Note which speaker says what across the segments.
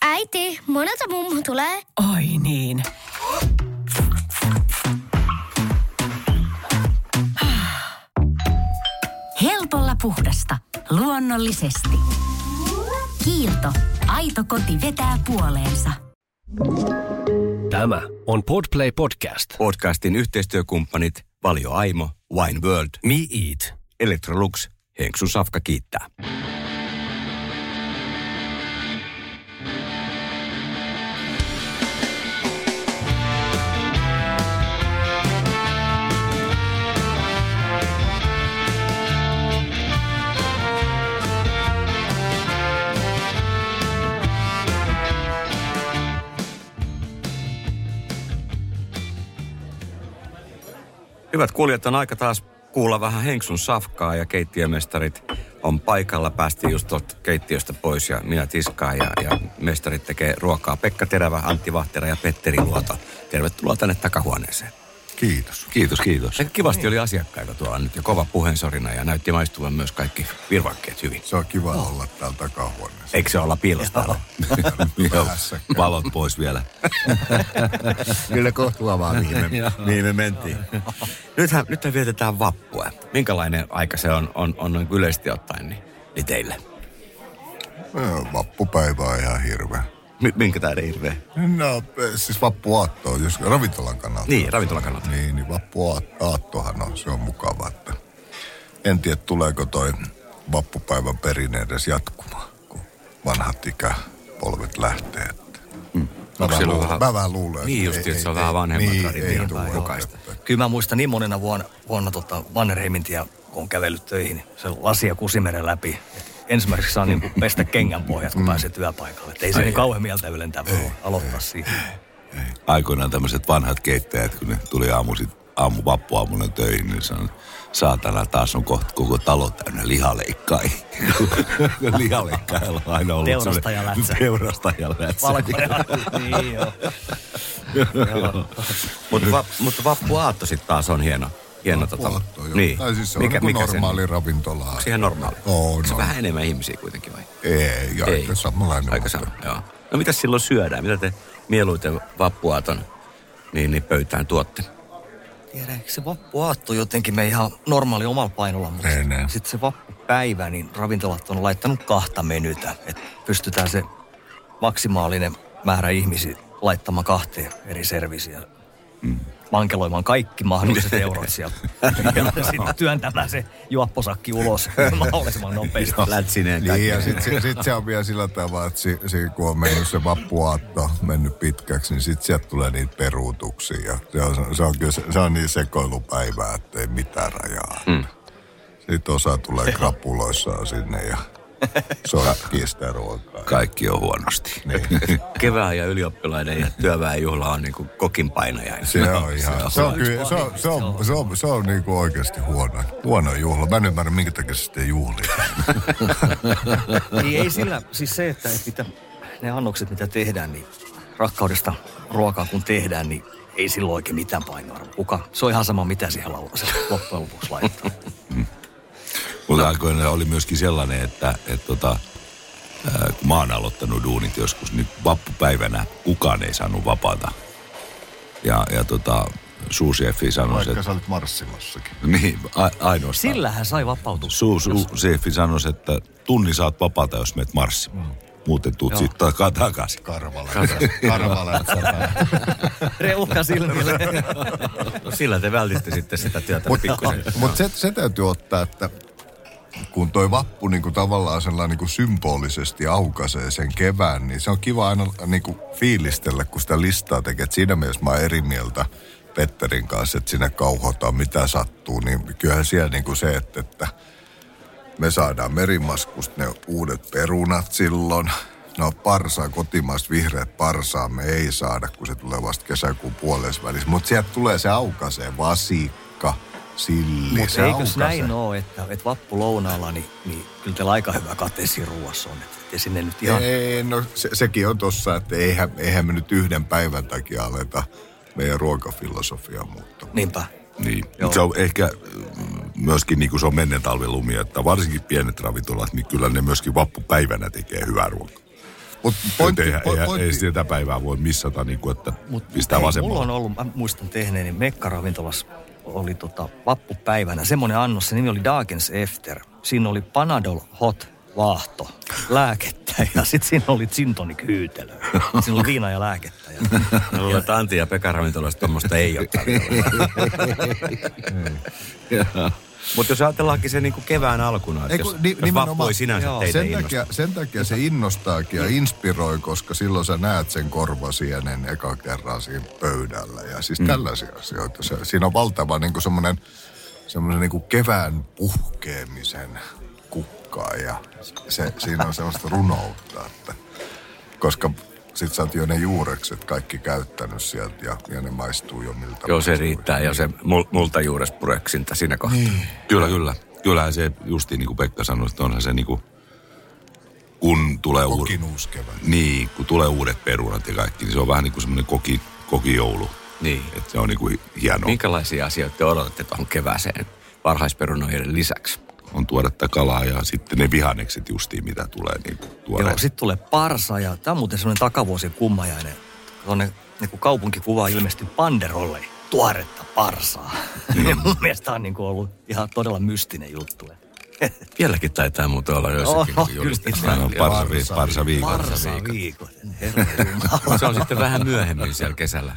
Speaker 1: Äiti, monelta mummu tulee.
Speaker 2: Oi niin. Helpolla puhdasta. Luonnollisesti. Kiilto. Aito koti vetää puoleensa.
Speaker 3: Tämä on Podplay Podcast.
Speaker 4: Podcastin yhteistyökumppanit Valio Aimo, Wine World,
Speaker 3: Me Eat.
Speaker 4: Electrolux, Henksu Safka kiittää. Hyvät kuulijat, on aika taas kuulla vähän Henksun safkaa ja keittiömestarit on paikalla. Päästiin just tuolta keittiöstä pois ja minä tiskaan ja, ja mestarit tekee ruokaa. Pekka Terävä, Antti Vahtera ja Petteri Luoto. Tervetuloa tänne takahuoneeseen.
Speaker 5: Kiitos.
Speaker 4: Kiitos, kiitos. Eikä kivasti oli asiakkaita tuolla nyt ja kova puheensorina ja näytti maistuvan myös kaikki virvakkeet hyvin.
Speaker 5: Se on kiva oh. olla täällä takahuoneessa.
Speaker 4: Eikö se olla piilostalo?
Speaker 5: Päässäkään.
Speaker 4: Valot pois vielä.
Speaker 5: Kyllä kohtu avaa, mihin me, mihin Niin me mentiin.
Speaker 4: Nythän, nythän vietetään vappua. Minkälainen aika se on, on, on noin yleisesti ottaen niin, niin teille?
Speaker 5: Joo, Vappupäivä on ihan hirveä.
Speaker 4: Mi- minkä tähden hirveä?
Speaker 5: No, siis vappuaatto, jos ravintolan kannalta.
Speaker 4: Niin, ravintolan kannalta.
Speaker 5: Niin, niin vappuaattohan on, se on mukava. Että en tiedä, tuleeko toi vappupäivän perinne edes jatkumaan, kun vanhat ikäpolvet lähtee. Että. Mä,
Speaker 4: Onko
Speaker 5: vähän
Speaker 4: Mm. siellä
Speaker 5: luulen,
Speaker 4: vähän-
Speaker 5: mä vähän luulen.
Speaker 4: Niin
Speaker 5: että
Speaker 4: just,
Speaker 5: ei-
Speaker 4: että se
Speaker 5: ei-
Speaker 4: on vähän vanhemman
Speaker 5: niin,
Speaker 4: tradition
Speaker 5: ei
Speaker 4: tai
Speaker 5: tule.
Speaker 4: jokaista.
Speaker 6: Kyllä mä muistan niin monena vuonna, vuonna tota Mannerheimin tie, kun on kävellyt töihin, niin se lasia kusimeren läpi. Et ensimmäiseksi saa niinku pestä kengän pohjat, kun pääsee työpaikalle. Et Mm. ei se niin kauhean mieltä ylentä voi aloittaa siihen.
Speaker 7: aikoinaan tämmöiset vanhat keittäjät, kun ne tuli aamuisin, aamu vappuaamuna töihin, niin sanoi, saatana taas on kohta koko talo täynnä lihaleikkai. Lihaleikkailla on aina ollut
Speaker 6: Teurastaja
Speaker 7: semmoinen-
Speaker 6: lätsä.
Speaker 7: Teurastaja lätsä.
Speaker 6: Valkoinen akku, niin joo.
Speaker 4: Mutta va, mut vappuaatto sitten taas on hieno. hieno tota,
Speaker 5: Vappuaatto, joo.
Speaker 4: niin.
Speaker 5: Tai siis se on mikä, mikä normaali sen? ravintola.
Speaker 4: Onko siihen normaali?
Speaker 5: On,
Speaker 4: Onko se
Speaker 5: on.
Speaker 4: vähän enemmän ihmisiä kuitenkin vai?
Speaker 5: Ei, ja aika samanlainen.
Speaker 4: Aika sama, joo. No mitä silloin syödään? Mitä te mieluiten vappuaaton niin, niin pöytään tuotte?
Speaker 6: Tiedä, eikö se vappuaatto jotenkin me ihan normaali omalla painolla, mutta
Speaker 5: Ei näin.
Speaker 6: sitten se vappupäivä, niin ravintolat on laittanut kahta menytä, että pystytään se maksimaalinen määrä ihmisiä laittamaan kahteen eri servisiin ja
Speaker 5: Mm.
Speaker 6: vankeloimaan kaikki mahdolliset eurot sieltä. ja sitten työntämään se juopposakki ulos mahdollisimman nopeasti.
Speaker 7: No,
Speaker 4: Lätsineen
Speaker 5: Niin, ja sitten sit, sit se on vielä sillä tavalla, että si, si, kun on mennyt se vappuaatto, mennyt pitkäksi, niin sitten sieltä tulee niitä peruutuksia. Ja se on, se on, kyllä, se, se on niin sekoilupäivää, että ei mitään rajaa. Mm. Sitten osa tulee krapuloissaan sinne ja sotkii sitä ruokaa.
Speaker 7: Kaikki on huonosti.
Speaker 5: Niin.
Speaker 4: Kevään ja ylioppilaiden ja työväenjuhla on niinku kokin painajainen.
Speaker 5: Se on ihan, se on, kyllä, se on, se on, se on, se on niinku oikeasti huono, huono juhla. Mä en ymmärrä, minkä takia se sitten juhlia.
Speaker 6: Niin ei sillä, siis se, että, että mitä, ne annokset mitä tehdään, niin rakkaudesta ruokaa kun tehdään, niin ei silloin oikein mitään painoarvoa. Kuka? Se on ihan sama, mitä siihen laulassa loppujen lopuksi laittaa.
Speaker 7: Mutta no. aikoinaan oli myöskin sellainen, että et tota, ää, kun mä oon aloittanut duunit joskus, niin vappupäivänä kukaan ei saanut vapaata. Ja, ja tota, suusiefi sanoi, että...
Speaker 5: sä olit marssimassakin.
Speaker 7: Niin, a, ainoastaan.
Speaker 6: Sillä hän sai vapautua.
Speaker 7: Su, su, Seifi sanoi, että tunni saat vapaata, jos meet
Speaker 4: Mm.
Speaker 7: marssimaan. Muuten tuut sitten takaa takaisin.
Speaker 5: Karvala. Karvala.
Speaker 6: Reuhka silmille.
Speaker 4: No sillä te vältitte sitten sitä työtä pikkusen.
Speaker 5: Mutta se, se täytyy ottaa, että kun toi vappu niinku tavallaan sellainen niinku symbolisesti aukaisee sen kevään, niin se on kiva aina niinku fiilistellä, kun sitä listaa tekee. Et siinä mielessä mä oon eri mieltä Petterin kanssa, että siinä kauhotaan mitä sattuu, niin kyllähän siellä niinku se, että, että me saadaan merimaskusta ne uudet perunat silloin. No parsaa, kotimaista vihreät parsaa me ei saada, kun se tulee vasta kesäkuun puolessa välissä. Mutta sieltä tulee se aukasee vasikka, silli,
Speaker 6: Mutta
Speaker 5: Niin se
Speaker 6: eikös
Speaker 5: aukaisee.
Speaker 6: näin ole, että, että vappu lounaalla, niin, niin kyllä teillä aika hyvä kate siinä ruuassa on. Että te sinne nyt ihan...
Speaker 5: Ei, no se, sekin on tossa, että eihän, eihän me nyt yhden päivän takia aleta meidän ruokafilosofiaa muuttaa.
Speaker 6: Niinpä.
Speaker 7: Niin, Mut se on ehkä mm, myöskin niin kuin se on menneen talven lumi, että varsinkin pienet ravintolat, niin kyllä ne myöskin vappupäivänä tekee hyvää ruokaa.
Speaker 5: Mutta
Speaker 7: Pointti,
Speaker 5: pointti,
Speaker 7: ei,
Speaker 5: po-
Speaker 7: ei, ei
Speaker 5: pointti,
Speaker 7: sitä päivää voi missata, niin kuin, että Mut, pistää
Speaker 6: hei,
Speaker 7: vasemmalla.
Speaker 6: Mulla on ollut, mä muistan tehneeni Mekkaravintolassa oli tota, vappupäivänä semmoinen annos, se nimi oli Dagens Efter. Siinä oli Panadol Hot vaahto, lääkettä ja sitten siinä oli Zintonik hyytelö. Siinä oli viina ja lääkettä. Ja...
Speaker 4: Mä luulen, että Antti ja Pekka ravintolasta tuommoista ei ole tarjolla. Mutta jos ajatellaankin se niinku kevään alkuna, että
Speaker 5: Ei, kun
Speaker 4: jos,
Speaker 5: ni-
Speaker 4: jos
Speaker 5: nimenomaan-
Speaker 4: vappui sinänsä
Speaker 6: Joo.
Speaker 4: teitä
Speaker 5: sen,
Speaker 4: innostaa.
Speaker 5: takia, sen takia se innostaakin ja inspiroi, koska silloin sä näet sen korvasienen eka kerran siinä pöydällä. Ja siis mm. tällaisia asioita. Se, siinä on valtava niin semmoinen semmoinen niin kevään puhkeamisen kukkaa ja se, siinä on semmoista runoutta, että koska sit sä oot jo ne juurekset kaikki käyttänyt sieltä ja, ja ne maistuu jo miltä
Speaker 4: Joo, se
Speaker 5: maistuu.
Speaker 4: riittää ja se mul, multa juures pureksinta siinä kohtaa. Niin.
Speaker 7: Kyllä, kyllä. Kyllähän se justiin niin kuin Pekka sanoi, että onhan se niin kuin, kun tulee uur...
Speaker 5: Kokin uusi kevät.
Speaker 7: Niin, kun tulee uudet perunat ja kaikki, niin se on vähän niin kuin semmoinen koki, kokijoulu.
Speaker 4: niin.
Speaker 7: Että se on niin kuin hienoa.
Speaker 4: Minkälaisia asioita te odotatte tuohon kevääseen varhaisperunoiden lisäksi?
Speaker 7: On tuoretta kalaa ja sitten ne vihannekset justiin, mitä tulee niin tuoreet.
Speaker 6: Joo, sitten tulee parsa ja tämä on muuten semmoinen takavuosien kummajainen. Tuonne niin kuin kaupunkikuva ilmestyi Panderolle tuoretta parsaa. Mm. mun mielestä tää on niin kuin ollut ihan todella mystinen juttu.
Speaker 4: Vieläkin taitaa muuten olla joissakin
Speaker 6: Oho,
Speaker 4: julisteissa.
Speaker 7: Aina on parsa, vi- parsa viikolla.
Speaker 6: Parsa viikot, herra jumala.
Speaker 4: Mutta se on sitten vähän myöhemmin siellä kesällä.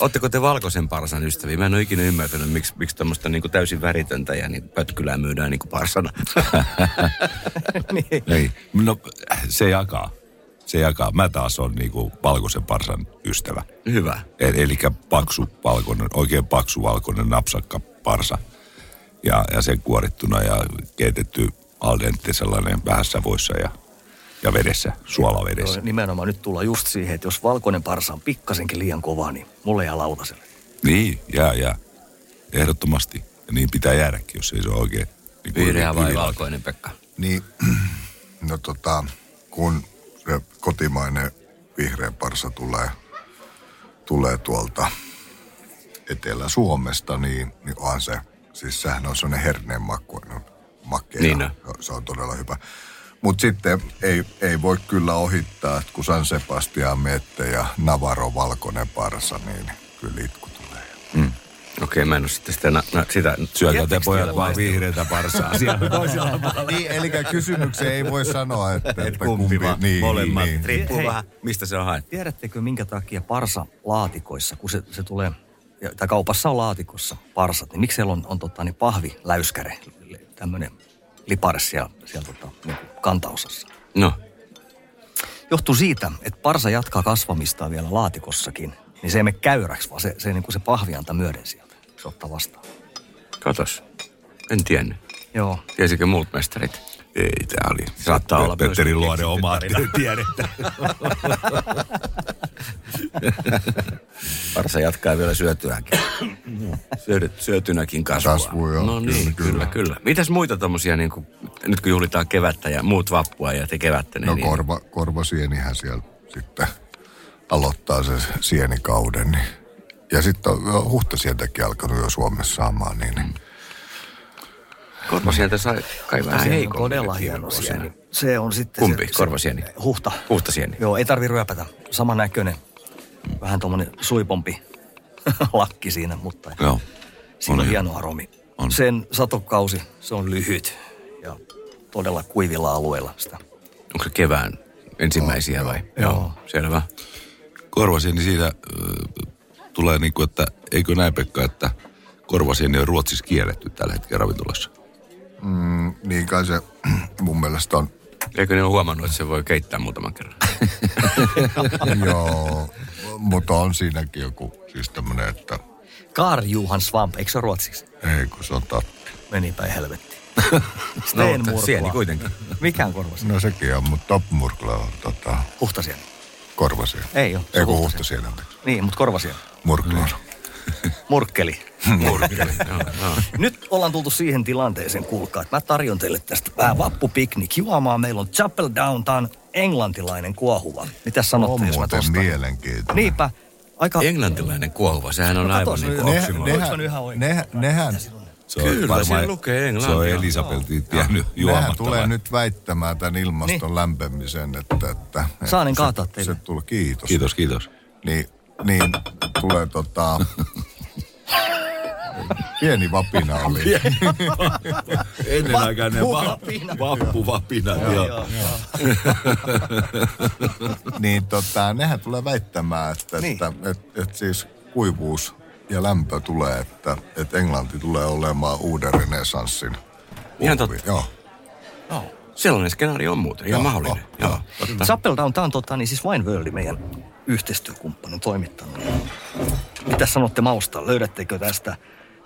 Speaker 4: Oletteko te valkoisen parsan ystäviä? Mä en ole ikinä ymmärtänyt, miksi, miksi tuommoista niinku täysin väritöntä ja niinku pötkylää myydään niinku parsana.
Speaker 6: Niin.
Speaker 7: Ei. No, se jakaa. Se jakaa. Mä taas on niin kuin valkoisen parsan ystävä.
Speaker 4: Hyvä.
Speaker 7: Eli paksu valkoinen, oikein paksu valkoinen napsakka parsa. Ja, ja sen kuorittuna ja keitetty al dente sellainen vähän savoissa ja, ja vedessä, suolavedessä.
Speaker 6: Joo, Nimenomaan nyt tullaan just siihen, että jos valkoinen parsa on pikkasenkin liian kova, niin mulle jää lautaselle.
Speaker 7: Niin, jää, jää. Ehdottomasti. Ja niin pitää jäädäkin, jos ei se ole oikein. Niin kuin
Speaker 4: Vihreä vai
Speaker 7: yli-
Speaker 4: valkoinen, Pekka?
Speaker 5: Niin, no tota, kun se kotimainen vihreä parsa tulee, tulee tuolta Etelä-Suomesta, niin, niin onhan se, siis sehän on sellainen herneen maku, no, makea.
Speaker 4: Niin on.
Speaker 5: Se- Se on todella hyvä. Mutta sitten ei, ei voi kyllä ohittaa, että kun San Sebastian Mette ja Navarro Valkoinen parsa, niin kyllä itku tulee.
Speaker 4: Okei, mä en ole sitten sitä, na, na, sitä
Speaker 7: Syökää te pojat vaan vihreätä parsaa. Siellä toisella
Speaker 5: Niin, eli kysymykseen ei voi sanoa, että, että
Speaker 4: kumpi vaan,
Speaker 5: niin,
Speaker 4: molemmat.
Speaker 5: niin, niin.
Speaker 4: Riippuu
Speaker 6: Hei.
Speaker 4: vähän, mistä se on haettu.
Speaker 6: Tiedättekö, minkä takia parsa laatikoissa, kun se, se tulee, ja- tai kaupassa on laatikossa parsat, niin miksi siellä on, on tota, niin pahvi, läyskäre, tämmöinen lipares siellä, siellä tota, niin kuin kantaosassa?
Speaker 4: No,
Speaker 6: Johtuu siitä, että parsa jatkaa kasvamistaan vielä laatikossakin, niin se ei mene käyräksi, vaan se, se, niin kuin se pahvi antaa myöden sieltä. Se ottaa vastaan.
Speaker 4: katos. En tiennyt.
Speaker 6: Joo,
Speaker 4: Tiesikö muut mestarit?
Speaker 7: Ei, tää oli.
Speaker 4: Saattaa olla
Speaker 7: Petteri
Speaker 4: myöskin
Speaker 7: Luode
Speaker 4: keksitty
Speaker 7: omaa
Speaker 4: tarina.
Speaker 7: tiedettä.
Speaker 4: Varsa jatkaa vielä syötyäkin. Syödyt, syötynäkin kasvua.
Speaker 5: Kasvua, joo.
Speaker 4: No niin, kyllä, kyllä. kyllä. Mitäs muita tommosia, niin kuin, nyt kun juhlitaan kevättä ja muut vappua ja te kevättä, niin,
Speaker 5: No
Speaker 4: niin
Speaker 5: korva, korvasienihän siellä sitten aloittaa se sienikauden. niin. Ja sitten on jo huhtasientäkin alkanut jo Suomessa saamaan, niin
Speaker 6: Mm.
Speaker 5: niin
Speaker 4: korva sieltä sai kai vähän
Speaker 6: Sieni on
Speaker 4: heikommin
Speaker 6: todella
Speaker 4: nyt
Speaker 6: hieno
Speaker 4: vuosina.
Speaker 6: sieni. Se on sitten...
Speaker 4: Kumpi?
Speaker 6: se,
Speaker 4: Korvasieni?
Speaker 6: Se, huhta.
Speaker 4: Huhtasieni.
Speaker 6: Joo, ei tarvi ryöpätä. Saman näköinen. Vähän tuommoinen suipompi lakki siinä, mutta
Speaker 7: Joo.
Speaker 6: siinä on
Speaker 7: hieno.
Speaker 6: hieno aromi.
Speaker 7: On.
Speaker 6: Sen satokausi, se on lyhyt ja todella kuivilla alueilla sitä.
Speaker 4: Onko se kevään ensimmäisiä vai? Joo. Selvä.
Speaker 7: Korvasieni siinä äh, tulee niin kuin, että eikö näin Pekka, että korvasieni on ruotsiksi kielletty tällä hetkellä ravintolassa.
Speaker 5: niin kai se mun mielestä on,
Speaker 4: Eikö ne ole huomannut, että se voi keittää muutaman kerran?
Speaker 5: joo, mutta on siinäkin joku, siis tämmönen, että
Speaker 6: Kar Juhan Svamp, eikö se ole ruotsiksi?
Speaker 5: ei kun se on tatti.
Speaker 6: Meni päin helvettiin.
Speaker 4: mutta
Speaker 6: Steenmurkla.
Speaker 4: No, sieni kuitenkin.
Speaker 6: Mikään korvasi.
Speaker 5: No sekin on, mutta Topmurkla on tota,
Speaker 4: No.
Speaker 6: Huhtasieni.
Speaker 5: korvasien.
Speaker 6: Ei oo, se Niin,
Speaker 5: Ei kun
Speaker 6: on
Speaker 5: huhtasien, anteeksi.
Speaker 6: Niin, mutta korvasieni.
Speaker 5: Murkla on.
Speaker 6: Murkkeli.
Speaker 4: Murkkeli. Joo, joo.
Speaker 6: Nyt ollaan tultu siihen tilanteeseen, kuulkaa, että mä tarjon teille tästä vähän vappupiknik. Juomaan meillä on Chapel Down, tää on englantilainen kuohuva. Mitä sanotte,
Speaker 5: On
Speaker 6: jos mä Niin.
Speaker 5: muuten
Speaker 6: tosta?
Speaker 5: mielenkiintoinen.
Speaker 6: Niinpä, aika...
Speaker 4: Englantilainen kuolva, sehän on
Speaker 6: No
Speaker 4: aivan
Speaker 6: katos
Speaker 4: niin
Speaker 6: nyt.
Speaker 4: kuin
Speaker 6: Ne-
Speaker 4: oksimoro.
Speaker 6: ne- Oliko se nyt ihan oikein?
Speaker 5: nehän, nehän,
Speaker 7: Se on
Speaker 4: Kyllä, siinä lukee englantia.
Speaker 7: Se on Elisabeltin jäänyt
Speaker 5: nehän
Speaker 7: juomatta.
Speaker 5: tulee
Speaker 7: vai-
Speaker 5: nyt väittämään tämän
Speaker 6: Niin.
Speaker 5: ilmaston lämpemisen, että... että
Speaker 6: Saanen
Speaker 5: että
Speaker 6: kaataa
Speaker 5: se-
Speaker 6: teille.
Speaker 5: Se tulee, kiitos.
Speaker 7: Kiitos, kiitos.
Speaker 5: Niin, niin tulee tota... Pieni vapina oli.
Speaker 7: Ennen aikainen
Speaker 6: Vappuvapina.
Speaker 7: vappuvapina. joo.
Speaker 5: niin tota, nehän tulee väittämään, että,
Speaker 6: Niin.
Speaker 5: niin. että et, et siis kuivuus ja lämpö tulee, että et Englanti tulee olemaan uuden renesanssin.
Speaker 4: Ihan
Speaker 5: polvi.
Speaker 4: totta.
Speaker 5: Joo.
Speaker 4: Sellainen skenaario on muuten, ihan
Speaker 5: Joo,
Speaker 4: mahdollinen.
Speaker 5: joo,
Speaker 4: Joo.
Speaker 6: Chapel Down, tämä on tota, niin siis Wine World, meidän yhteistyökumppanin toimittanut. Mitä sanotte mausta? Löydättekö tästä?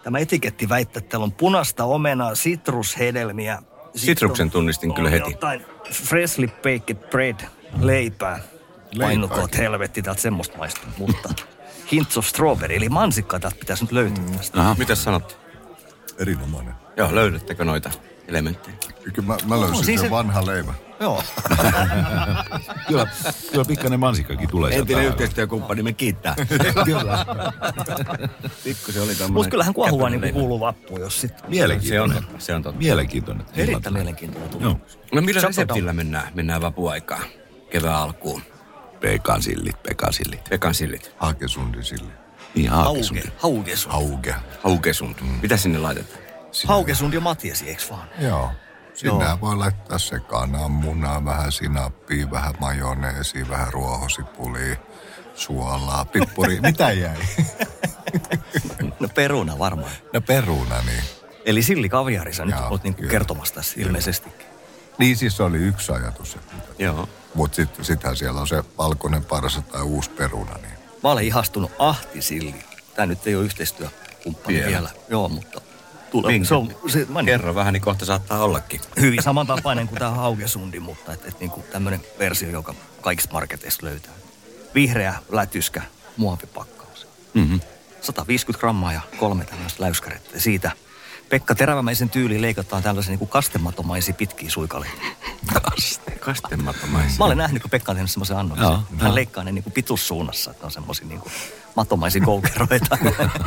Speaker 6: Tämä etiketti väittää, että täällä on punaista omenaa, sitrushedelmiä. sit
Speaker 4: Sitruksen
Speaker 6: on-
Speaker 4: tunnistin kyllä
Speaker 6: on
Speaker 4: heti.
Speaker 6: Jotain freshly baked bread, leipää.
Speaker 5: Leipääkin.
Speaker 6: Painukot helvetti, täältä semmoista maistuu, mutta hints of strawberry, eli mansikkaa täältä pitäisi nyt löytyä tästä.
Speaker 4: Aha. Mitäs sanot?
Speaker 5: Erinomainen.
Speaker 4: Joo, löydättekö noita elementtejä?
Speaker 5: Kyllä mä, mä löysin
Speaker 6: siis
Speaker 5: sen
Speaker 6: se-
Speaker 5: vanha leivä.
Speaker 6: Joo.
Speaker 7: Kyllä, kyllä pikkainen mansikakin tulee sieltä
Speaker 4: Entinen
Speaker 7: aivan.
Speaker 4: yhteistyökumppani, me kiittää.
Speaker 7: Kyllä.
Speaker 4: Pikku se oli tämmöinen.
Speaker 6: Mutta kyllähän kuohuva
Speaker 4: käpäinen
Speaker 6: niin
Speaker 4: leipä.
Speaker 6: kuuluu vappuun, jos sitten...
Speaker 4: Se on
Speaker 7: Mielenkiintoinen.
Speaker 4: totta, se on totta.
Speaker 7: Mielenkiintoinen.
Speaker 6: Erittäin mielenkiintoinen tuntuu.
Speaker 7: Joo.
Speaker 4: No millä
Speaker 6: Chapel
Speaker 4: reseptillä mennään? Mennään vapuaikaan. Kevään alkuun.
Speaker 7: Pekan sillit, Pekan sillit.
Speaker 4: Pekan sillit.
Speaker 5: Hakesundi sille.
Speaker 7: Ihan
Speaker 6: Hauge,
Speaker 7: haukesundi.
Speaker 6: haugesund.
Speaker 5: Hauke.
Speaker 4: Haukesund. Mitä sinne laitetaan?
Speaker 5: Sinä-
Speaker 6: Haugesund ja Matiasi, eiks vaan?
Speaker 5: Joo. Sinä voi laittaa sekaan ammunaa, vähän sinappia, vähän majoneesia, vähän ruohosipulia, suolaa, pippuri. Mitä jäi?
Speaker 6: No peruna varmaan.
Speaker 5: No peruna, niin.
Speaker 6: Eli Silli Kaviari, sä nyt
Speaker 5: Joo,
Speaker 6: oot niinku
Speaker 5: kyllä.
Speaker 6: kertomassa tässä ilmeisestikin.
Speaker 5: Niin siis se oli yksi ajatus, että mitä
Speaker 4: Joo.
Speaker 5: Mutta sit, sittenhän siellä on se valkoinen parsa tai uusi peruna. Niin.
Speaker 6: Mä olen ihastunut Ahti Silli. Tää nyt ei ole yhteistyökumppani vielä.
Speaker 4: Vielä.
Speaker 6: Joo, mutta tulee.
Speaker 4: Minkä?
Speaker 6: Se on se, mä niin,
Speaker 4: Kerro vähän, niin kohta saattaa ollakin.
Speaker 6: hyvin samantapainen kuin tämä Haugesundi, mutta et, et niinku tämmönen versio, joka kaikista marketeista löytää. Vihreä lätyskä muovipakkaus.
Speaker 7: Mm-hmm.
Speaker 6: 150 grammaa ja kolme tämmöistä läyskärettä. Siitä Pekka Terävämäisen tyyli leikataan tällaisen niin kastematomaisia pitkiä suikalehtiä.
Speaker 4: Kastemattamaisia.
Speaker 6: Mä olen nähnyt, kun Pekka on tehnyt semmoisen annoksen.
Speaker 7: Joo,
Speaker 6: Hän leikkaa ne niin kuin pitussuunnassa, että on semmoisia niin kuin matomaisia koukeroita.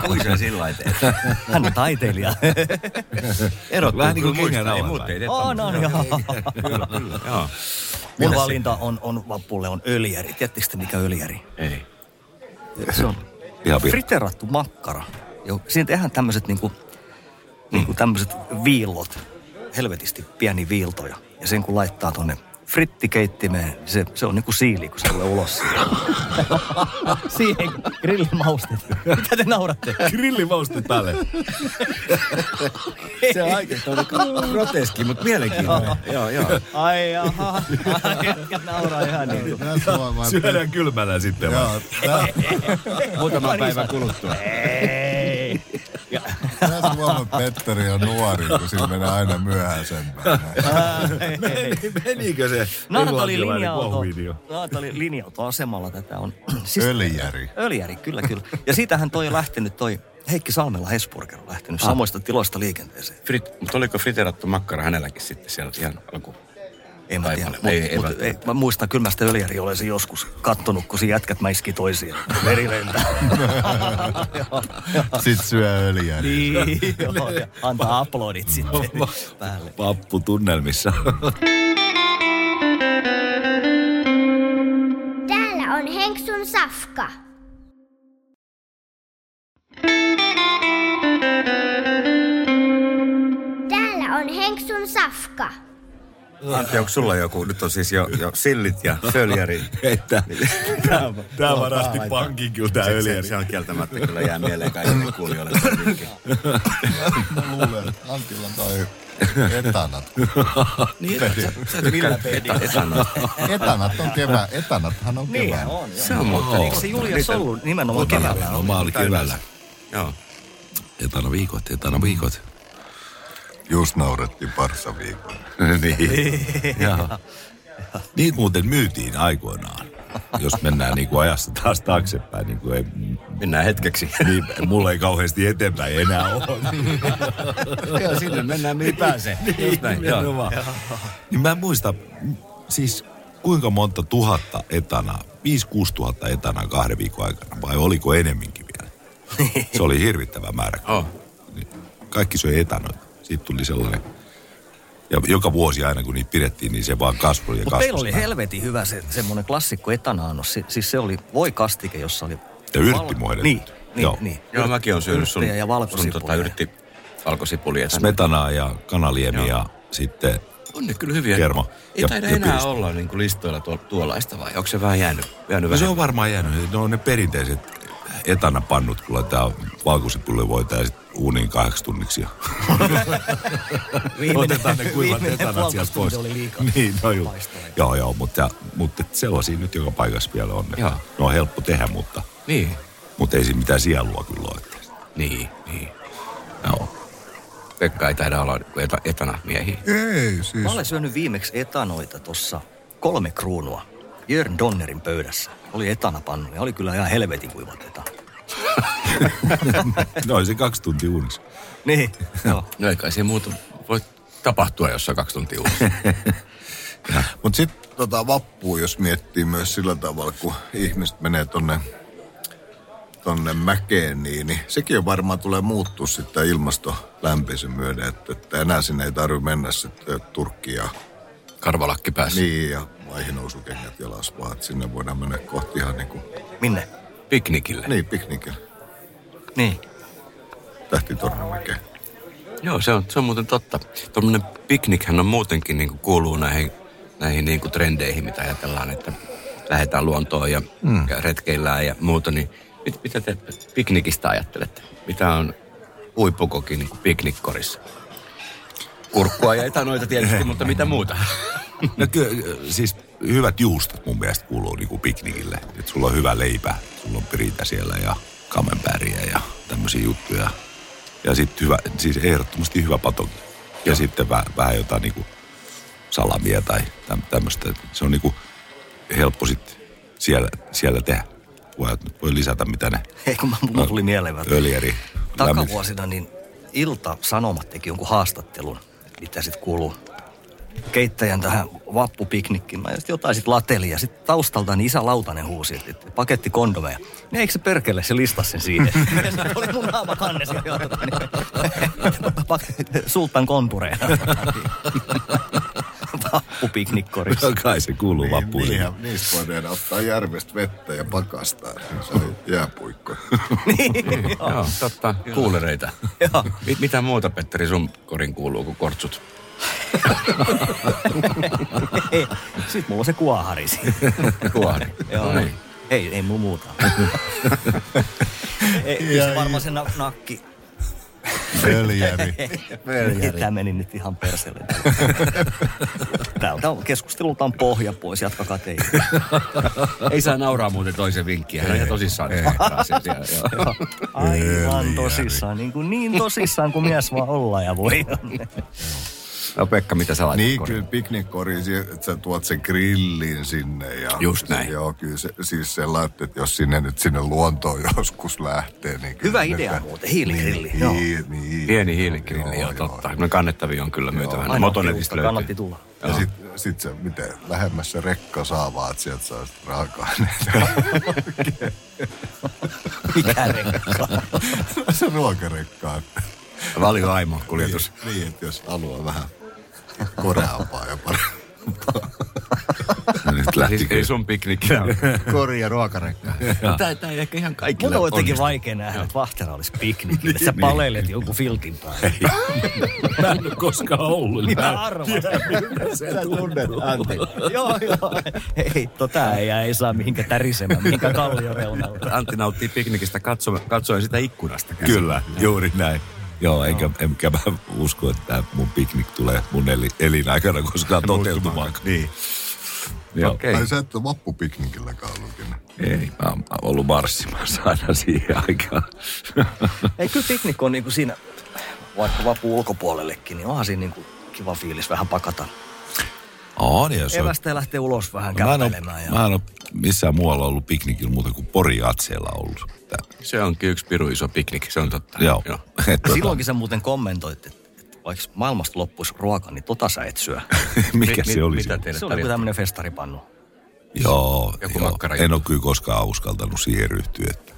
Speaker 4: Kuin se sillä lailla teet?
Speaker 6: Hän on taiteilija.
Speaker 4: Erottuu
Speaker 7: Vähän niin kuin
Speaker 4: kyllä muista,
Speaker 7: kengän
Speaker 4: ei
Speaker 7: alla
Speaker 4: muut
Speaker 7: päin.
Speaker 4: ei tee
Speaker 6: on, on, joo.
Speaker 4: tämmöistä. Joo.
Speaker 6: Mun valinta on, on vappulle on öljäri. Tiedättekö te, mikä öljäri?
Speaker 4: Ei.
Speaker 6: Se on
Speaker 7: Ihan vir...
Speaker 6: friterattu makkara. Jo, siinä tehdään tämmöiset niinku, niinku
Speaker 7: Mm.
Speaker 6: tämmöiset viillot, helvetisti pieni viiltoja. Ja sen kun laittaa tonne frittikeittimeen, niin se, se on niinku siili, kun se tulee ulos siitä. Siihen grillimausteet. Mitä te nauratte?
Speaker 7: Grillimauste päälle.
Speaker 4: Se on oikeastaan groteski, mutta mielenkiintoinen. Niin. Joo, joo.
Speaker 6: Ai jaha, Ai, nauraa ihan niin kuin.
Speaker 7: Syödään kylmällä sitten vaan.
Speaker 5: Joo, tässä-
Speaker 6: Muutama päivä kuluttua.
Speaker 5: tässä huomaa Petteri on nuori, kun sillä menee aina myöhäisempään.
Speaker 7: Menikö se
Speaker 6: Naatat oli
Speaker 7: englantilainen
Speaker 6: linja-auto.
Speaker 7: kuohuvideo?
Speaker 6: Naatat oli linja-autoasemalla tätä on. Siis
Speaker 5: Siis- Öljäri.
Speaker 6: Öljäri, kyllä, kyllä. Ja siitähän toi on lähtenyt toi Heikki Salmela Hesburger on lähtenyt samoista tiloista liikenteeseen.
Speaker 4: Frit, mutta oliko friterattu makkara hänelläkin sitten siellä ihan alkuun?
Speaker 6: En mä
Speaker 4: Aivan,
Speaker 6: tiedä,
Speaker 4: ei,
Speaker 6: mut,
Speaker 4: ei
Speaker 6: mut,
Speaker 4: välttämättä.
Speaker 6: ei, mä muistan, kyllä mä sitä öljäri olen sen joskus kattonut, kun se jätkät mäiski toisiaan. Veri lentää. Joo, joo.
Speaker 5: Sitten syö öljäri.
Speaker 6: niin, joo, ja antaa aplodit sitten päälle.
Speaker 7: Vapputunnelmissa.
Speaker 8: Täällä on Henksun safka. Täällä on Henksun safka.
Speaker 4: Antti, onko sulla joku? Nyt on siis jo, jo sillit ja följäri.
Speaker 7: että tämä varasti
Speaker 4: laittaa.
Speaker 7: pankin kyllä tämä
Speaker 4: Se, se,
Speaker 7: öljäri.
Speaker 4: se on kieltämättä kyllä jää mieleen kaikille kuulijoille. tämä linkki.
Speaker 5: Mä luulen, että Antilla on toi etanat.
Speaker 4: niin, sä, sä tykkää etä, etanoista.
Speaker 5: Etanat on kevää. Etanathan on
Speaker 6: Niin
Speaker 5: kevää.
Speaker 6: on, joo.
Speaker 4: Se on muuten.
Speaker 6: Eikö se Julia Sollu nimenomaan
Speaker 7: Otana.
Speaker 6: keväällä
Speaker 7: No mä olin keväällä.
Speaker 4: Joo.
Speaker 7: Etana viikot, etana viikot.
Speaker 5: Just naurettiin parsa viikolla.
Speaker 7: niin. Jaa. niin muuten myytiin aikoinaan. Jos mennään niin kuin ajassa taas taaksepäin, niin kuin ei,
Speaker 4: Mennään hetkeksi.
Speaker 7: niin mulla ei kauheasti eteenpäin enää ole.
Speaker 4: Joo, Niin, sinne mennään mihin pääsee. Just näin, joo.
Speaker 7: Nimenomaan. Niin mä en muista, m- siis kuinka monta tuhatta etanaa, 5-6 tuhatta etanaa kahden viikon aikana, vai oliko enemminkin vielä? Se oli hirvittävä määrä.
Speaker 4: Oh.
Speaker 7: Niin. Kaikki söi etanoita. Siitä tuli sellainen. Ja joka vuosi aina, kun niitä pidettiin, niin se vaan kasvoi ja
Speaker 6: Mutta
Speaker 7: kasvoi.
Speaker 6: teillä oli helvetin hyvä se, semmoinen klassikko etanaannos. Si, siis se oli voikastike, jossa oli...
Speaker 7: Ja yrttimuodet.
Speaker 6: Niin, niin,
Speaker 7: Joo.
Speaker 6: niin.
Speaker 4: Joo, mäkin olen syönyt sun,
Speaker 6: Yrttejä ja
Speaker 4: sun tota,
Speaker 6: valkosipulia.
Speaker 4: yrtti valkosipulia.
Speaker 7: Smetanaa ja kanaliemi
Speaker 4: Joo.
Speaker 7: ja sitten
Speaker 4: On ne kyllä hyviä.
Speaker 7: Kerma.
Speaker 4: Ei
Speaker 7: Ja-
Speaker 4: taida
Speaker 7: ja
Speaker 4: enää
Speaker 7: piristä.
Speaker 4: olla niin kuin listoilla tuo, tuollaista vai onko se vähän jäänyt, jäänyt
Speaker 7: No se
Speaker 4: vähän?
Speaker 7: on varmaan jäänyt. Ne on ne perinteiset etanapannut, kun laitetaan valkosipulivoita ja sitten uuniin kahdeksi tunniksi. ja Otetaan ne kuivat
Speaker 6: viimeinen
Speaker 7: etanat sieltä pois.
Speaker 6: valkostunti oli liikaa.
Speaker 7: Niin, no juu.
Speaker 6: Paistelee.
Speaker 7: Joo, joo, mutta, mutta et sellaisia nyt joka paikassa vielä on.
Speaker 4: Joo.
Speaker 7: Ne on helppo tehdä, mutta,
Speaker 4: Niin.
Speaker 7: mutta ei siinä mitään sielua kyllä ole. että-
Speaker 4: Niin, niin.
Speaker 7: Joo.
Speaker 4: Pekka ei taida olla niinku eta, etana miehiä.
Speaker 5: Ei siis.
Speaker 6: Mä olen syönyt viimeksi etanoita tossa kolme kruunua. Jörn Donnerin pöydässä. Oli etanapannu ja oli kyllä ihan helvetin kuivat etanat.
Speaker 7: No oli se kaksi tuntia uunissa.
Speaker 6: Niin, joo.
Speaker 4: No ei kai se muuta voi tapahtua, jos on kaksi tuntia uusi.
Speaker 5: Mutta sitten tota vappua, jos miettii myös sillä tavalla, kun ihmiset menee tonne, tonne mäkeen, niin, niin sekin on varmaan tulee muuttua sitten ilmasto lämpisen myöden, että, että enää sinne ei tarvitse mennä sitten Turkkiin ja
Speaker 4: Karvalakki päässä. Niin.
Speaker 5: niin ja vaihinousukengät jalas, vaan että sinne voidaan mennä kohti ihan niin kuin,
Speaker 6: Minne?
Speaker 4: Piknikille.
Speaker 5: niin piknikillä,
Speaker 6: Niin.
Speaker 5: tähtitornamäkeen.
Speaker 4: Joo, se on, se on muuten totta. Tuommoinen piknikhän on muutenkin niin kuin kuuluu näihin, näihin niin kuin trendeihin, mitä ajatellaan, että lähdetään luontoon ja, mm. ja retkeillään ja muuta. Niin mit, mitä te piknikistä ajattelette? Mitä on huippukoki niin kuin piknikkorissa? Kurkkua ja etanoita tietysti, mutta mitä muuta?
Speaker 7: No kyllä, siis hyvät juustot mun mielestä kuuluu niinku piknikille. Et sulla on hyvä leipä, sulla on piritä siellä ja kamenpäriä ja tämmöisiä juttuja. Ja sitten hyvä, siis ehdottomasti hyvä patoki. Ja Joo. sitten väh, vähän jotain niinku salamia tai tämmöistä. Se on niinku helppo sit siellä, siellä tehdä. Voi, voi lisätä mitä ne
Speaker 6: Ei kun mä, mulla tuli mieleen. vähän.
Speaker 7: öljeri.
Speaker 6: Takavuosina niin Ilta-Sanomat teki jonkun haastattelun, että mitä sitten kuuluu keittäjän tähän vappupiknikkiin. Mä just jotain sitten latelin ja sitten taustalta niin isä Lautanen huusi, että, että paketti kondomeja. Niin eikö se perkele, se listasi sen siihen. Ja se oli mun naama kannessa. ja tota, niin, pak- Sultan kontureja. Vappupiknikkorissa.
Speaker 7: Lämmin- Kai se kuuluu vappuun.
Speaker 5: Niin, niinhän niistä voi tehdä, ottaa järvestä vettä ja pakastaa. Se on jääpuikko.
Speaker 4: Joo, totta. Kuulereita.
Speaker 6: Joo.
Speaker 4: Mit, mitä muuta, Petteri, sun korin kuuluu kuin kortsut?
Speaker 6: Sitten mulla on se kuohari siinä.
Speaker 4: Kuori.
Speaker 6: Joo.
Speaker 4: No niin.
Speaker 6: Ei, ei mun muuta. ei, se varmaan se na- nakki.
Speaker 5: Öljäri.
Speaker 6: Tämä meni nyt ihan perselle. Tältä on- keskustelulta on pohja pois, jatkakaa teitä.
Speaker 4: Ei saa nauraa muuten toisen vinkkiä. Hän on ihan tosissaan. Ei.
Speaker 6: Aivan tosissaan, niin, kuin niin tosissaan kuin mies vaan olla ja voi.
Speaker 4: No Pekka, mitä sä laitat
Speaker 5: Niin,
Speaker 4: koriin?
Speaker 5: kyllä piknikkoriin, si- että sä tuot sen grillin sinne. Ja
Speaker 4: Just näin.
Speaker 5: Joo, kyllä se, siis sellainen, että jos sinne nyt sinne luontoon joskus lähtee, niin kyllä
Speaker 6: Hyvä
Speaker 5: sinne
Speaker 6: idea
Speaker 5: pä-
Speaker 6: muuten, hiiligrilli.
Speaker 5: Niin,
Speaker 6: Joo.
Speaker 5: niin, niin.
Speaker 4: Pieni hiilikriili, joo, totta. No kannettavia on kyllä myytävänä. No,
Speaker 6: Aina
Speaker 4: Motonetista
Speaker 6: kiusta, kannatti
Speaker 4: löytyy.
Speaker 6: tulla.
Speaker 5: Ja sit, sit se, miten lähemmäs se rekka saa vaan, että sieltä saa sit raaka-aineita.
Speaker 6: Mikä rekka.
Speaker 5: se ruokarekka.
Speaker 4: Valio Aimo kuljetus.
Speaker 5: Niin, että jos haluaa vähän koreampaa ja parempaa.
Speaker 7: No Nyt
Speaker 4: Siis
Speaker 7: lähti
Speaker 4: ei sun piknikkiä.
Speaker 5: Kori ja ruokarekka.
Speaker 4: Tää, tää ei ehkä ihan kaikille
Speaker 6: Mun on jotenkin
Speaker 4: onnistu.
Speaker 6: vaikea nähdä, että vahtera olisi piknikillä. että Sä palelet jonkun filtin päälle.
Speaker 7: Mä en ole koskaan ollut.
Speaker 6: Niin mä arvasin.
Speaker 5: Sä tunnet Antti.
Speaker 6: joo, joo. Ei, tota ei, ei saa mihinkä tärisemään, mihinkä kallioreunalle.
Speaker 4: Antti nauttii piknikistä katso, katsoen sitä ikkunasta. käsin.
Speaker 7: Kyllä, juuri näin. Joo, enkä, enkä mä usko, että tää mun piknik tulee mun eli, elinaikana koskaan toteutumaan. Niin. Joo. Okay.
Speaker 4: Okei.
Speaker 5: Ai sä et ole vappupiknikilläkaan ollut.
Speaker 7: Ei, mä oon mä oon ollut marssimassa aina siihen aikaan.
Speaker 6: Ei, kyllä piknik on niinku siinä, vaikka vapu ulkopuolellekin, niin onhan siinä niinku kiva fiilis vähän pakata.
Speaker 7: On, ja se on.
Speaker 6: Evästä ja lähtee ulos vähän
Speaker 7: Mä en, ole,
Speaker 6: käppelemään. Ja...
Speaker 7: mä en ole missään muualla ollut piknikillä muuta kuin Poriatseella ollut. Tää,
Speaker 4: Se onkin yksi piru iso piknik, se on totta.
Speaker 7: joo. Et, tota,
Speaker 6: Silloinkin sä muuten kommentoit, että että vaikka maailmasta loppuisi ruoka, niin tota sä et syö.
Speaker 7: Mikä se oli
Speaker 4: Mitä
Speaker 7: se?
Speaker 4: teille
Speaker 6: Se oli joku
Speaker 4: tarjottiin?
Speaker 6: tämmöinen festaripannu.
Speaker 7: Joo,
Speaker 4: Joku
Speaker 7: joo.
Speaker 4: makkara-
Speaker 7: en ole kyllä koskaan uskaltanut siihen ryhtyä, että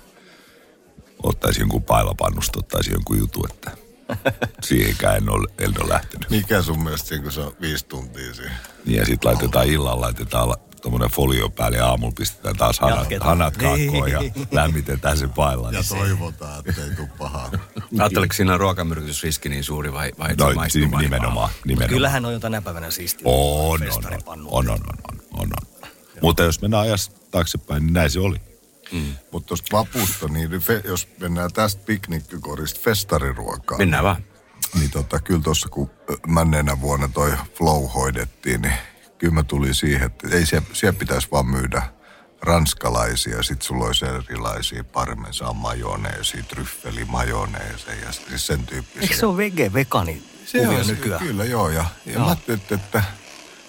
Speaker 7: ottaisin jonkun pailapannusta, ottaisin jonkun jutun, että siihenkään en ole, en ole lähtenyt. Niin,
Speaker 5: Mikä sun mielestä siinä, kun se on viisi tuntia siinä?
Speaker 7: Ja sitten laitetaan illalla, laitetaan la- tuommoinen folio päälle ja aamulla pistetään taas hanat,
Speaker 6: Jatketaan.
Speaker 7: hanat
Speaker 4: Niin.
Speaker 7: kakkoon ja lämmitetään se pailla.
Speaker 5: Ja
Speaker 7: Niin
Speaker 5: toivotaan, että ei tule pahaa.
Speaker 4: Ajatteliko siinä on ruokamyrkytysriski niin suuri vai, vai
Speaker 7: no,
Speaker 4: se maistuu
Speaker 7: si-
Speaker 4: vain
Speaker 7: nimenomaan,
Speaker 6: Mut
Speaker 7: nimenomaan.
Speaker 6: Kyllähän on jo tänä päivänä siistiä.
Speaker 7: On, on, on,
Speaker 6: Festaripannu.
Speaker 7: on, on, on, on, on. Mutta jos mennään ajassa taaksepäin, niin näin se oli.
Speaker 5: Mutta tuosta vapusta, niin fe, jos mennään tästä piknikkykorista festariruokaan,
Speaker 4: Mennään vaan.
Speaker 5: niin tota, kyllä tuossa kun ö, männeenä vuonna toi flow hoidettiin, niin kyllä mä tulin siihen, että ei siellä, siellä pitäisi vaan myydä ranskalaisia, sit sulla olisi erilaisia parmesan majoneesia, tryffelimajoneeseja ja siis sen tyyppisiä.
Speaker 6: Eikö se ole vege, vegani
Speaker 5: Se
Speaker 6: kuvio
Speaker 5: on
Speaker 6: nykyään?
Speaker 5: Kyllä, joo. Ja, ja mä ajattelin, että, että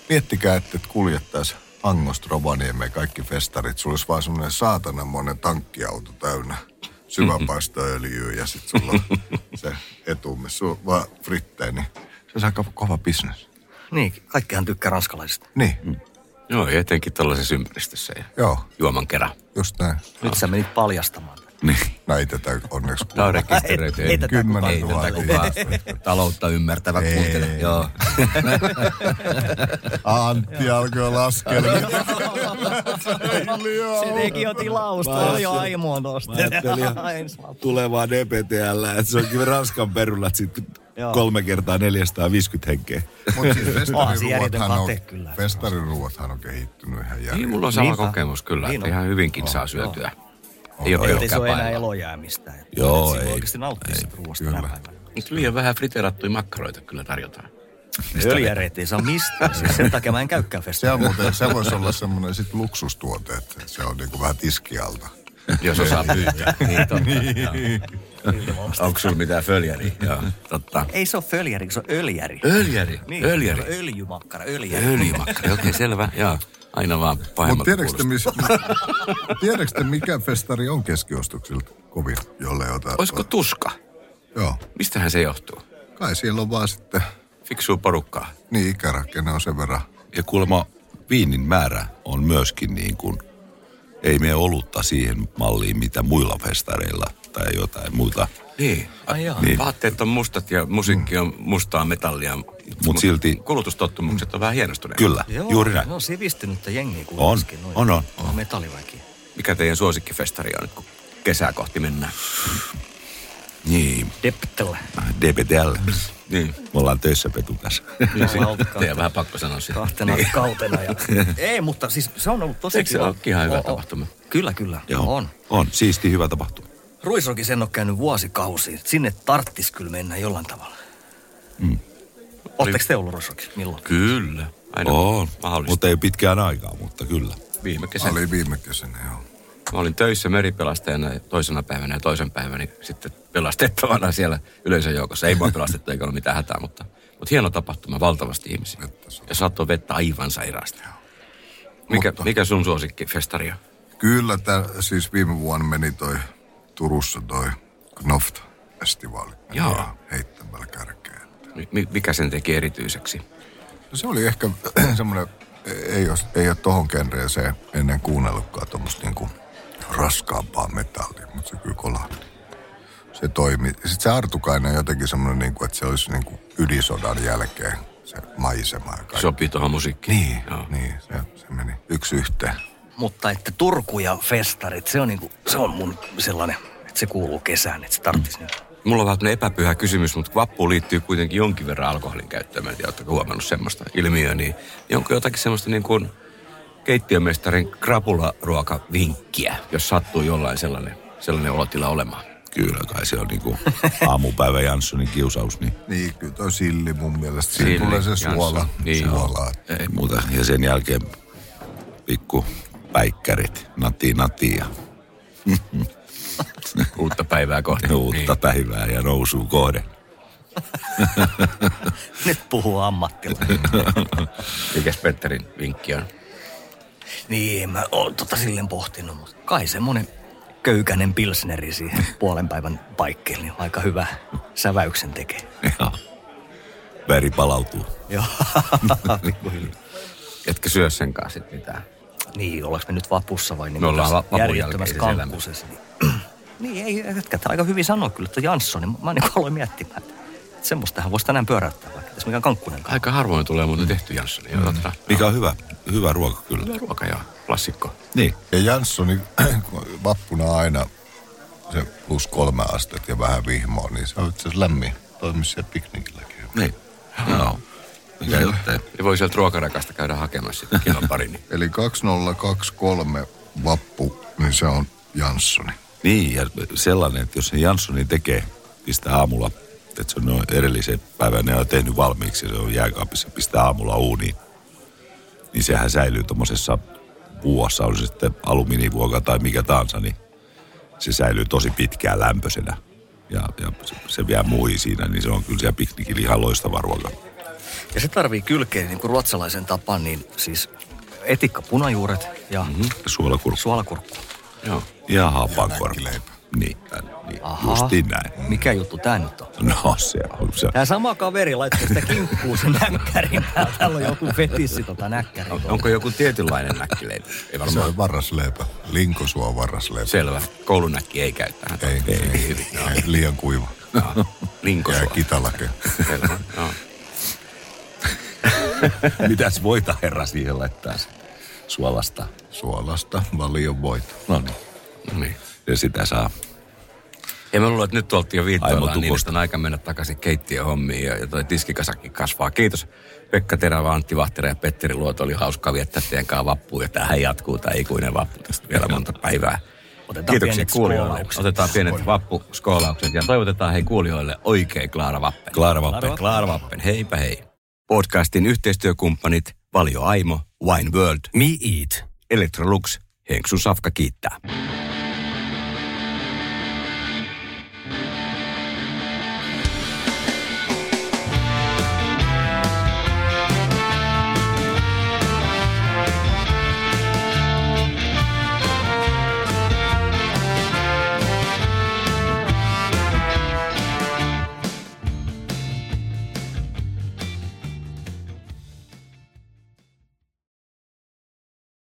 Speaker 5: miettikää, että että kuljettaisi Angosta Rovaniemeen kaikki festarit. Sulla olisi vaan semmoinen saatananmoinen tankkiauto täynnä syväpaistoöljyä ja sitten sulla on se etumme, sulla vaan frittei, niin se on aika kova bisnes.
Speaker 6: Niin, kaikkihan tykkää ranskalaisista.
Speaker 5: Niin,
Speaker 4: Joo, ja etenkin tällaisessa ympäristössä ja
Speaker 5: joo,
Speaker 4: juoman kerran.
Speaker 5: just näin.
Speaker 6: Nyt sä menit paljastamaan.
Speaker 5: Näitä tätä onneksi
Speaker 4: Tämä on
Speaker 5: kuulla.
Speaker 4: rekisteröity.
Speaker 6: Ei- ei tätä
Speaker 5: Kymmenen
Speaker 4: ei tätä
Speaker 5: nuoria.
Speaker 4: kukaan taloutta ymmärtävä
Speaker 5: Ei.
Speaker 4: kuuntele. Joo.
Speaker 5: Antti alkoi laskelmia.
Speaker 6: Se teki jo tilausta, oli jo aimoa tuosta.
Speaker 7: tulee vaan DPTL, että se onkin Ranskan perulla sitten
Speaker 6: Joo.
Speaker 7: kolme kertaa 450 henkeä.
Speaker 5: Mutta siis
Speaker 6: Onhan se
Speaker 5: festariruothan
Speaker 6: järjetön
Speaker 5: on,
Speaker 6: kate kyllä.
Speaker 5: festariruothan on kehittynyt ihan
Speaker 4: Niin,
Speaker 5: järjettömästi.
Speaker 4: mulla on sama
Speaker 6: Niinpä.
Speaker 4: kokemus kyllä,
Speaker 6: Niin
Speaker 4: että
Speaker 6: on.
Speaker 4: ihan hyvinkin
Speaker 6: Joo,
Speaker 4: saa syötyä. Ei ole
Speaker 6: Ei se
Speaker 4: pelkkää
Speaker 6: ole enää
Speaker 4: painoa.
Speaker 6: elojäämistä. Että
Speaker 7: Joo,
Speaker 6: siinä
Speaker 7: ei.
Speaker 6: voi oikeasti nauttia sitä ruoasta tänä päivänä.
Speaker 4: Mutta Niin, liian vähän friteerattuja makkaroita kyllä tarjotaan.
Speaker 6: Öljäreet ei saa mistään. Siis sen takia mä en käykään
Speaker 5: Se on
Speaker 6: festareilla.
Speaker 5: muuten, se voisi olla semmoinen sit luksustuote, että se on niinku vähän tiskialta.
Speaker 4: Jos osaa pyytää. niin, totta. Joo. Onko sulla mitään följäriä? Joo, totta.
Speaker 6: Ei se ole följäri, se on öljäri.
Speaker 4: Öljäri,
Speaker 6: Niin,
Speaker 4: öljäri.
Speaker 6: Öljymakkara, öljäri.
Speaker 4: Öljymakkari, okei selvä. Joo, aina vaan
Speaker 5: Mutta
Speaker 4: pahemmalta
Speaker 5: tiedätkö te, mis, tiedätkö te, mikä festari on keskiostoksilta kovin, jolle ei ota...
Speaker 4: Olisiko tuska?
Speaker 5: Joo,
Speaker 4: Mistähän se johtuu?
Speaker 5: kai siellä on vaan sitten,
Speaker 4: Fiksuu porukkaa.
Speaker 5: niin ikärakenne on sen verran.
Speaker 7: Ja kuulemma viinin määrä on myöskin niin kuin, ei mene olutta siihen malliin, mitä muilla festareilla tai jotain muuta.
Speaker 4: Niin.
Speaker 6: Ai jaa.
Speaker 4: niin. Vaatteet on mustat ja musiikki on mustaa metallia. Mut,
Speaker 7: silti-
Speaker 4: Kulutustottumukset on vähän hienostuneet.
Speaker 7: Kyllä,
Speaker 6: Joo,
Speaker 7: juuri näin.
Speaker 6: Ne on sivistynyttä jengiä
Speaker 7: On,
Speaker 6: kuitenkin. noin.
Speaker 7: on, on.
Speaker 6: on. Metalliväki.
Speaker 4: Mikä teidän suosikkifestari on, kun kesää kohti mennään?
Speaker 7: Niin,
Speaker 6: Deptel.
Speaker 7: DPTL.
Speaker 4: Niin.
Speaker 7: Me ollaan töissä Petun kanssa.
Speaker 4: Teidän vähän pakko sanoa sitä.
Speaker 6: kahtena niin. kautena. Ja... Ei, mutta siis se on ollut tosi
Speaker 4: Eikö se olekin ihan hyvä tapahtuma?
Speaker 6: Kyllä, kyllä.
Speaker 7: Joo.
Speaker 6: On.
Speaker 7: On, siisti hyvä tapahtuma.
Speaker 6: Ruisrokin sen on käynyt vuosikausia. Sinne tarttis kyllä mennä jollain tavalla. Mm. Oletteko te ollut Ruisrokin milloin?
Speaker 4: Kyllä. Aina
Speaker 7: On,
Speaker 4: mahdollista.
Speaker 7: mutta ei pitkään aikaa, mutta kyllä.
Speaker 4: viime kesänä.
Speaker 5: Mä olin viime kesänä, joo.
Speaker 4: Mä olin töissä meripelastajana ja toisena päivänä ja toisen päivänä niin sitten pelastettavana siellä yleisön joukossa. Ei vaan pelastettu eikä ollut mitään hätää, mutta, mutta hieno tapahtuma, valtavasti ihmisiä. Ja saattoi vettä aivan sairaasti. Mikä,
Speaker 5: Mutta-
Speaker 4: mikä sun suosikki festari on?
Speaker 5: Kyllä, tää, siis viime vuonna meni toi Turussa toi Knoft-festivaali. Meni
Speaker 4: Joo.
Speaker 5: ihan Heittämällä kärkeen.
Speaker 4: Mi- Mikä sen teki erityiseksi?
Speaker 5: No se oli ehkä semmoinen, ei ole, ei ole tohon genreeseen ennen kuunnellutkaan tuommoista niinku raskaampaa metallia, mutta se kyllä kolahti. Se toimi. Sitten se Artukainen on jotenkin semmoinen, niinku, että se olisi niinku ydinsodan jälkeen se maisema ja kaikki.
Speaker 4: Sopii tuohon musiikkiin.
Speaker 5: niin,
Speaker 4: Joo.
Speaker 5: niin se, se, meni yksi yhteen.
Speaker 6: Mutta että Turku ja festarit, se on, niinku, se on mun sellainen, että se kuuluu kesään, että se tarttis nyt.
Speaker 4: Mulla on vähän tämmönen epäpyhä kysymys, mutta kun vappuun liittyy kuitenkin jonkin verran alkoholin käyttöön. Mä en tiedä, oletteko huomannut semmoista ilmiöä, niin niin onko jotakin semmoista niin kuin keittiömestarin krapularuokavinkkiä, jos sattuu jollain sellainen, sellainen olotila olemaan?
Speaker 7: Kyllä kai se on niinku aamupäivä Janssonin kiusaus, niin
Speaker 5: Niin, kyllä toi silli mun mielestä. Siinä
Speaker 4: Silli,
Speaker 5: tulee se
Speaker 4: Jansson.
Speaker 5: suola.
Speaker 4: Niin.
Speaker 5: suolaa.
Speaker 7: ei muuta. Ja sen jälkeen pikku päikkärit, nati nati ja
Speaker 4: Uutta päivää kohti.
Speaker 7: uutta päivää ja nousuu kohde.
Speaker 6: Nyt puhuu ammattilainen.
Speaker 4: Niin. Mikäs Petterin vinkki on?
Speaker 6: niin, mä oon tota silleen pohtinut, mutta kai semmonen köykänen pilsneri siihen puolen päivän paikkeelle, niin aika hyvä säväyksen tekee.
Speaker 7: Ja väri palautuu.
Speaker 6: Joo, pikkuhiljaa.
Speaker 4: Etkä syö sen kanssa sit mitään.
Speaker 6: Niin, ollaanko me nyt vapussa vai niin?
Speaker 4: Me ollaan va- vapun
Speaker 6: järjettömässä
Speaker 4: jälkeisessä
Speaker 6: kankkusessa, niin- niin ei, jätkä, tää aika hyvin sanoi kyllä, että Jansson, niin mä niin aloin miettimään. että Semmoistahan voisi tänään pyöräyttää, vaikka tässä mikään kankkunen kanssa.
Speaker 4: Aika harvoin tulee muuten tehty Janssonia. Mm.
Speaker 7: Mikä on hyvä, hyvä ruoka kyllä.
Speaker 4: ruoka ja klassikko.
Speaker 7: Niin.
Speaker 5: Ja Janssonin vappuna aina se plus kolme astetta ja vähän vihmoa, niin se on itse asiassa lämmin. Toimisi siellä piknikilläkin.
Speaker 4: Niin.
Speaker 7: No. Mikä juttu?
Speaker 4: Niin voi sieltä ruokarakasta käydä hakemassa sitten kilon pari. Niin.
Speaker 5: Eli 2023 vappu, niin se on Janssoni.
Speaker 7: Niin, ja sellainen, että jos se Janssoni tekee, pistää aamulla, että se on noin edellisen päivän ne on tehnyt valmiiksi, ja se on jääkaapissa, pistää aamulla uuniin, niin sehän säilyy tuommoisessa vuossa, on se sitten alumiinivuoka tai mikä tahansa, niin se säilyy tosi pitkään lämpöisenä. Ja, ja se, se vielä muihin siinä, niin se on kyllä siellä piknikillä ihan loistava ruoka.
Speaker 6: Ja se tarvii kylkeen niin kuin ruotsalaisen tapaan, niin siis etikka punajuuret ja mm-hmm.
Speaker 7: Suolakurkku
Speaker 6: suolakurkku.
Speaker 4: Joo.
Speaker 7: ja haapankorkku.
Speaker 5: näkkileipä.
Speaker 7: Niin, tän- niin
Speaker 6: Ahaa.
Speaker 7: justiin näin.
Speaker 6: Mikä juttu tää nyt on?
Speaker 7: No se on se.
Speaker 6: Tämä sama kaveri laittoi sitä kinkkuun sen näkkärin päälle. Täällä on joku fetissi tota näkkärin.
Speaker 4: Onko joku tietynlainen näkkileipä? Ei
Speaker 5: Se
Speaker 4: varmaan.
Speaker 5: on varrasleipä. Linkosua varrasleipä.
Speaker 4: Selvä. Koulunäkki ei käy tähän.
Speaker 5: Ei, ei, ei, ei, liian kuiva.
Speaker 4: No.
Speaker 5: Jää
Speaker 4: Linkosua.
Speaker 5: kitalake.
Speaker 4: Selvä. Joo.
Speaker 7: Mitäs voita herra siihen laittaa suolasta?
Speaker 5: Suolasta valion voita.
Speaker 7: No niin.
Speaker 4: No niin.
Speaker 7: Ja sitä saa.
Speaker 4: Ja mä luulen, että nyt oltiin jo viittoilla
Speaker 7: Aimo
Speaker 4: niin,
Speaker 7: tukosta.
Speaker 4: että on aika mennä takaisin keittiöhommiin ja, ja toi tiskikasakin kasvaa. Kiitos Pekka Terävä, Antti Vahtera ja Petteri Luoto. Oli hauskaa viettää teidän kanssa vappua ja tämähän jatkuu tämä ikuinen vappu tästä vielä monta päivää.
Speaker 6: Otetaan
Speaker 4: Kiitoksia
Speaker 6: pienet
Speaker 4: kuulijoille.
Speaker 6: skoolaukset.
Speaker 4: Otetaan pienet vappuskoolaukset ja toivotetaan hei kuulijoille oikein Klaara Vappen.
Speaker 7: Klaara Vappen.
Speaker 4: Klaara Vappen. Heipä hei. Podcastin yhteistyökumppanit Valio Aimo, Wine World,
Speaker 3: Me Eat.
Speaker 4: Electrolux, Henksun Safka kiittää.